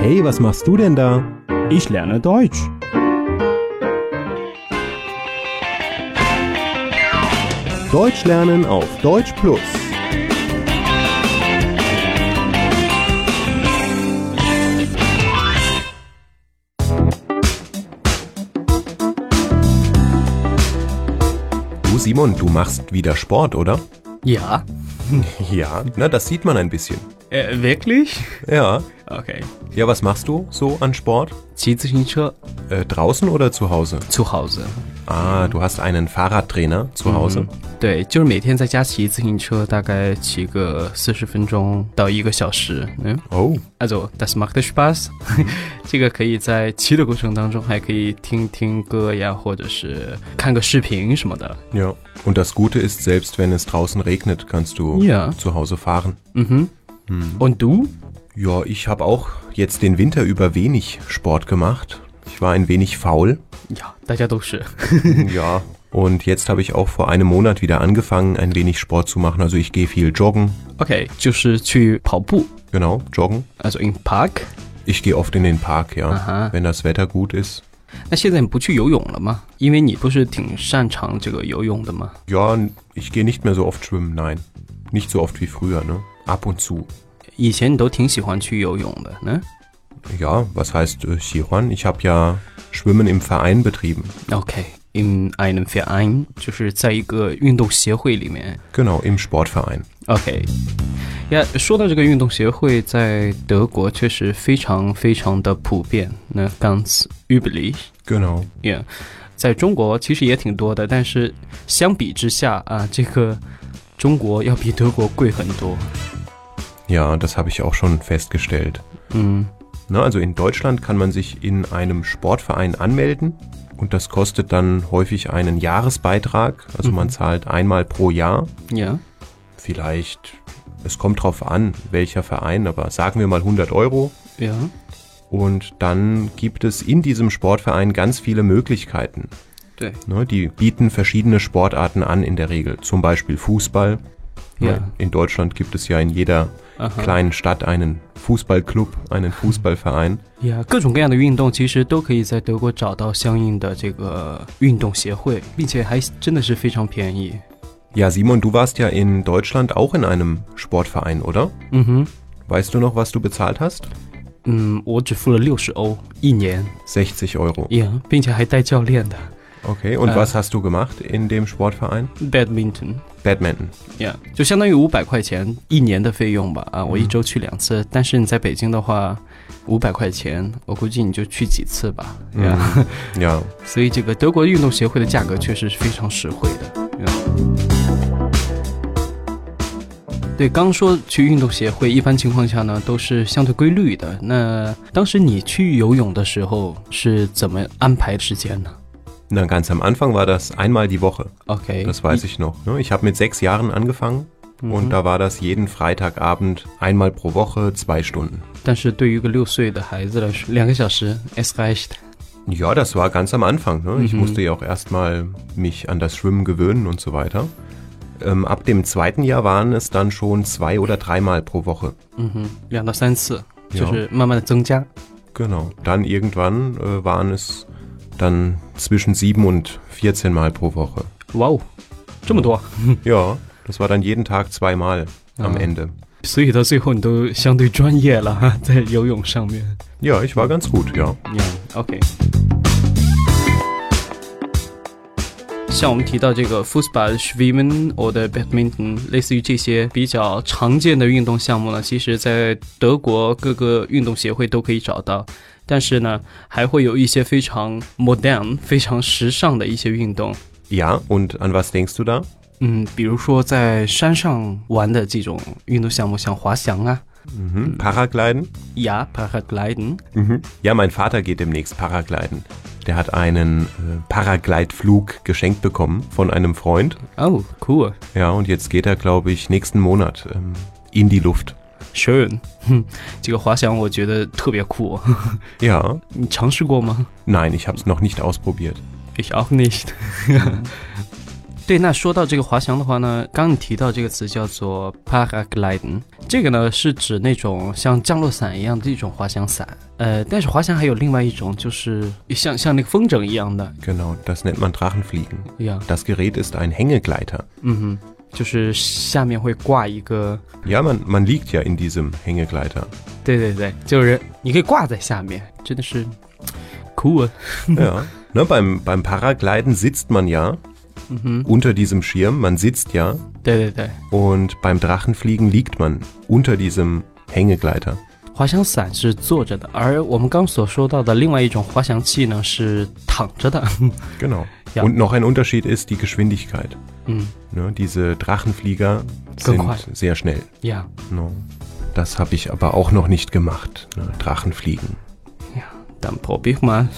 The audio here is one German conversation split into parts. Hey, was machst du denn da? Ich lerne Deutsch. Deutsch lernen auf Deutsch Plus. Du Simon, du machst wieder Sport, oder? Ja. Ja, na, das sieht man ein bisschen. Äh, wirklich? Ja. Okay. Ja, was machst du so an Sport? 骑自行车 Äh, draußen oder zu Hause? zu Hause。 Ah, du hast einen Fahrradtrainer zu Hause? 对，就是每天在家骑自行车，大概骑个四十分钟到一个小时。嗯 Oh. ，also das macht Spaß 。这个可以在骑的过程当中，还可以听听歌呀，或者是看个视频什么的。 Ja. Und das Gute ist, selbst wenn es draußen regnet, kannst du Ja. zu Hause fahren. Mhm. Und du? Ja, ich habe auch jetzt den Winter über wenig Sport gemacht. Ich war ein wenig faul. Ja，大家都是。 ja. Und jetzt habe ich auch vor einem Monat wieder angefangen, ein wenig Sport zu machen. Also ich gehe viel joggen. OK，就是去跑步 Genau, joggen. ，also in Park。 Ich gehe oft in den Park, ja, Aha. wenn das Wetter gut ist. 那现在你不去游泳了吗？因为你不是挺擅长这个游泳的吗？ Ja, ich gehe nicht mehr so oft schwimmen, nein. Nicht so oft wie früher, ne? Ab und zu. 以前你都挺喜欢去游泳的，嗯呢。 Ja, was heißt äh, Xihuan? Ich habe ja Schwimmen im Verein betrieben. OK。In einem Verein，就是在一个运动协会里面。 Genau, im Sportverein. OK，呀、说到这个运动协会，在德国确实非常非常的普遍。那 ganz üblich， Genau. yeah. 在中国其实也挺多的，但是相比之下啊，这个中国要比德国贵很多。 Ja, das habe ich auch schon festgestellt. 嗯， Na, also in Deutschland kann man sich in einem Sportverein anmelden und das kostet dann häufig einen Jahresbeitrag. Also man zahlt einmal pro Jahr. yeah. Vielleicht, es kommt drauf an, welcher Verein, aber sagen wir mal 100 Euro. Yeah. Und dann gibt es in diesem Sportverein ganz viele Möglichkeiten. 对 Ne, die bieten verschiedene Sportarten an in der Regel, zum Beispiel Fußball. Ja. Ne, In Deutschland gibt es ja in jeder Aha. kleinen Stadt einen Fußballclub, einen Fußballverein. 呀各种各样的运动其实都可以在德国找到相应的这个运动协会，并且还真的是非常便宜。 Ja, Simon, du warst ja in Deutschland auch in einem Sportverein, oder? 嗯哼， Weißt du noch, was du bezahlt hast? 嗯，我只付了六十欧一年， 60 Euro. 呀，并且还带教练的 Okay, und Äh. was hast du gemacht in dem Sportverein? badminton， Badminton. 呀就相当于五百块钱一年的费用吧。啊，我一周去两次，但是你在北京的话，五百块钱，我估计你就去几次吧。呀 Ja, 所以这个德国运动协会的价格确实是非常实惠的。嗯对，刚说去运动协会，一般情况下呢都是相对规律的。那当时你去游泳的时候是怎么安排时间呢 na ganz am Anfang war das einmal die Woche. ？OK， Das weiß ich noch. ne? Ich habe mit sechs Jahren angefangen Mhm. und da war das jeden Freitagabend einmal pro Woche zwei Stunden. 但是对于一个六岁的孩子来说，两个小时 s r e i c h t Ja, das war ganz am Anfang. Ne? Ich musste ja auch erstmal mich an das Schwimmen gewöhnen und so weiter. Ähm, ab dem zweiten Jahr waren es dann schon zwei oder dreimal pro Woche. 嗯哼，两到三次，有就是慢慢的增加。 Genau. Dann irgendwann äh, waren es dann zwischen sieben und 14 Mal pro Woche. 哇哦，这么多， Ja, das war dann jeden Tag zweimal am Ah. Ende. 所以到最后你都相对专业了哈，在游泳上面。 Ja, ich war ganz gut, ja. Yeah，OK、像我们提到这个 football、swimmen 或者 badminton，类似于这些比较常见的运动项目呢，其实在德国各个运动协会都可以找到。但是呢，还会有一些非常 modern、非常时尚的一些运动， Ja, und an was denkst du da? 嗯，比如说在山上玩的这种运动项目，像滑翔啊、 Mhm. Paragliden? ja Paragliden， Ja, mein Vater geht demnächst Paragliden. Der hat einen äh, Paragleitflug geschenkt bekommen von einem Freund. 哦，cool。 Ja, und jetzt geht er, glaube ich, nächsten Monat ähm, in die Luft. Sure，哼，这个滑翔我觉得特别酷，哦 Ja, 你尝试过吗 nein, ich habe es noch nicht ausprobiert. ？Ich auch nicht 对，那说到这个滑翔的话呢，刚刚你提到这个词叫做 paragliding，这个呢是指那种像降落伞一样的一种滑翔伞。呃，但是滑翔还有另外一种，就是像像那个风筝一样的， Genau, das nennt man Drachenfliegen. 一样， Das Gerät ist ein Hängegleiter. 嗯哼，就是下面会挂一个， Ja, man, man liegt ja in diesem Hängegleiter. 对对对，就是你可以挂在下面，真的是酷啊， Ja. Ne, beim, beim Paragliden sitzt man ja unter diesem Schirm, man sitzt ja. 嗯对对对。 Und beim Drachenfliegen liegt man unter diesem Hängegleiter. 滑翔伞是坐着的，而我们刚所说到的另外一种滑翔器呢是躺着的。 Genau. Ja. Und noch ein Unterschied ist die Geschwindigkeit. 嗯 Ne, diese Drachenflieger Gequal. sind sehr schnell. 呀 Ne. Das habe ich aber auch noch nicht gemacht. Ne, Drachenfliegen. 呀，dann probier ich mal。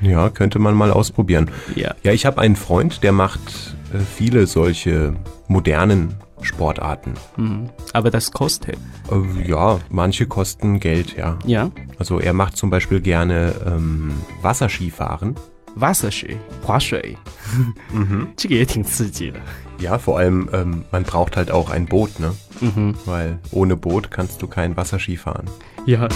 Ja, könnte man mal ausprobieren. Ja. Ja, ich habe einen Freund, der macht äh, viele solche modernen Sportarten. Mhm. Aber das kostet. Äh, ja, manche kosten Geld, ja. Ja. Also er macht zum Beispiel gerne ähm, Wasserskifahren. Wasserski 划水， 这个也挺刺激的。 Ja, vor allem, ähm, man braucht halt auch ein Boot, ne? Weil ohne Boot kannst du kein Wasserski fahren. 呀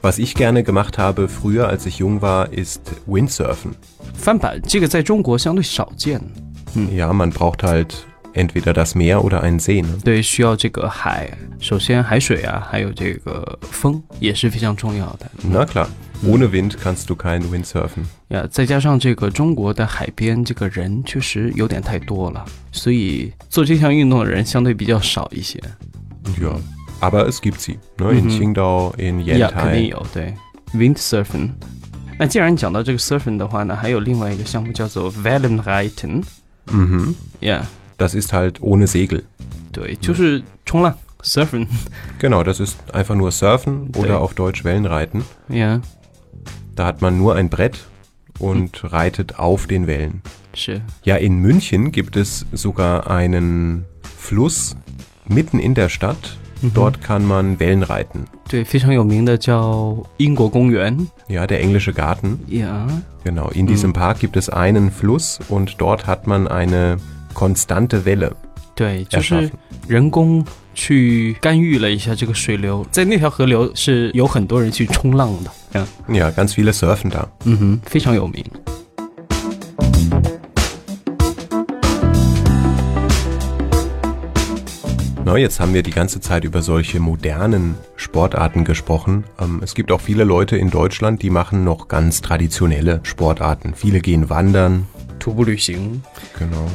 Was ich gerne gemacht habe früher, als ich jung war, ist Windsurfen. 翻板这个在中国相对少见， Ja, man braucht halt entweder das Meer oder einen See, ne? 对，需要这个海，首先海水啊，还有这个风也是非常重要的。 Na klar, ohne Wind kannst du kein Windsurfen. 呀，呃再加上这个中国的海边，这个人确实有点太多了，所以做这项运动的人相对比较少一些。 Ja. Aber es gibt sie. Ne? In Qingdao, in 呀，肯定 Yantai. 有对 wind surfing。那既然讲到这个 surfing 的话呢，还有另外一个项目叫做 Wellenreiten。 Mhm. 呀， Das ist halt ohne Segel. 对，就是冲浪 surfing。 Genau, das ist einfach nur Surfen Ja. oder auf Deutsch Wellenreiten. 呀， Da hat man nur ein Brett und reitet auf den Wellen. 是 Ja, in München gibt es sogar einen Fluss mitten in der Stadt. Dort kann man Wellen reiten. 嗯对非常有名的叫英国公园。 Ja, der englische Garten. 呀， Genau, in diesem Park gibt es einen Fluss und dort hat man eine konstante Welle. 对，就是，Erschaffen 人工去干预了一下这个水流，在那条河流是有很多人去冲浪的。呀。 Ja, ganz viele surfen da. 嗯哼，非常有名。 Na, jetzt haben wir die ganze Zeit über solche modernen Sportarten gesprochen. Ähm, es gibt auch viele Leute in Deutschland, die machen noch ganz traditionelle Sportarten. Viele gehen wandern. 徒步旅行， Genau.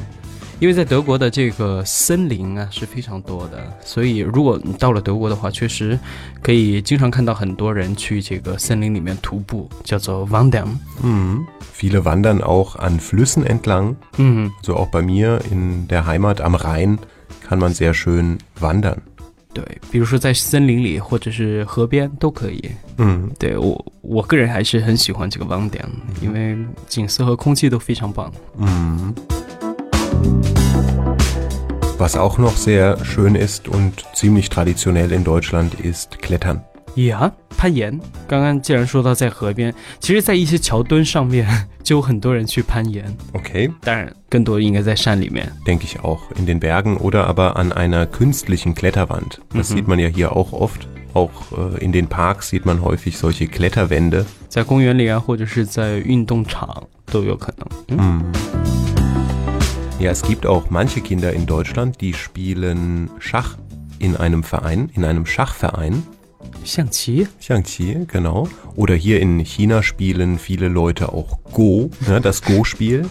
因为在德国的这个森林啊是非常多的，所以如果你到了德国的话，确实可以经常看到很多人去这个森林里面徒步，叫做 wandern。 Mhm. Viele wandern auch an Flüssen entlang. 嗯， Also auch bei mir in der Heimat am Rhein kann man sehr schön wandern. 对，比如说在森林里或者是河边都可以。 Mhm. 对我我个人还是很喜欢这个 wandern，因为景色和空气都非常棒。 Mhm. Was auch noch sehr schön ist und ziemlich traditionell in Deutschland ist Klettern. 呀，攀岩。刚刚既然说到在河边，其实，在一些桥墩上面 就有很多人去攀岩， Okay. 当然更多应该在山里面。 Denke ich auch. In den Bergen oder aber an einer künstlichen Kletterwand. Das Mhm. sieht man ja hier auch oft. Auch äh, in den Parks sieht man häufig solche Kletterwände. 在公园里啊，或者是在运动场都有可能。嗯， Ja, es gibt auch manche Kinder in Deutschland, die spielen Schach in einem Verein, in einem Schachverein. 象棋 Xiangqi, genau. Oder hier in China spielen viele Leute auch Go, ne, das Go-Spiel.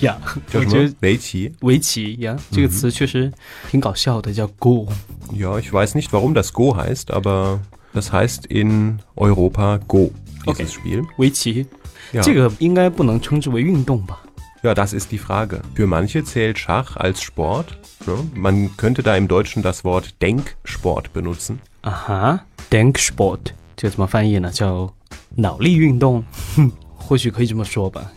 呀，叫我什觉么嗯得围棋？围棋呀这个词确实挺搞笑的，叫 “go”。 Ja, ich weiß nicht, warum das Go heißt, aber das heißt in Europa Go, dieses Okay. Spiel. 围棋 Ja. 这个应该不能称之为运动吧？ ja, das ist die Frage. Für manche zählt Schach als Sport. Ne? Man könnte da im Deutschen das Wort Denksport benutzen. 啊哈，Denksport 这怎么翻译呢？叫脑力运动， 哼，或许可以这么说吧。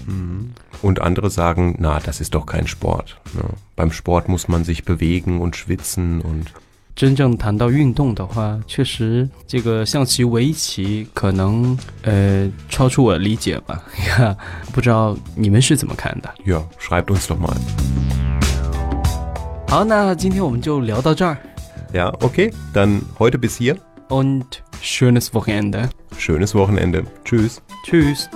Und andere sagen, na, das ist doch kein Sport. Ne? Beim Sport muss man sich bewegen und schwitzen und 真正谈到运动的话，确实这个象棋、围棋可能呃超出我的理解吧。 不知道你们是怎么看的？ Ja, schreibt uns doch mal. 好，那今天我们就聊到这儿。 Ja, okay, dann heute bis hier. Und schönes Wochenende. Schönes Wochenende. Tschüss. Tschüss.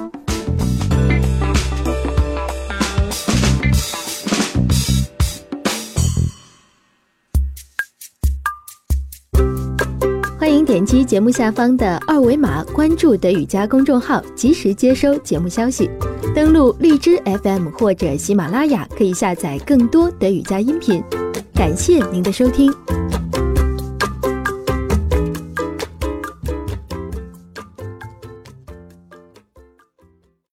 Podcast 欢迎点击节目下方的二维码关注德语家公众号，及时接收节目消息。登录荔枝 FM 或者喜马拉雅，可以下载更多德语家音频。感谢您的收听。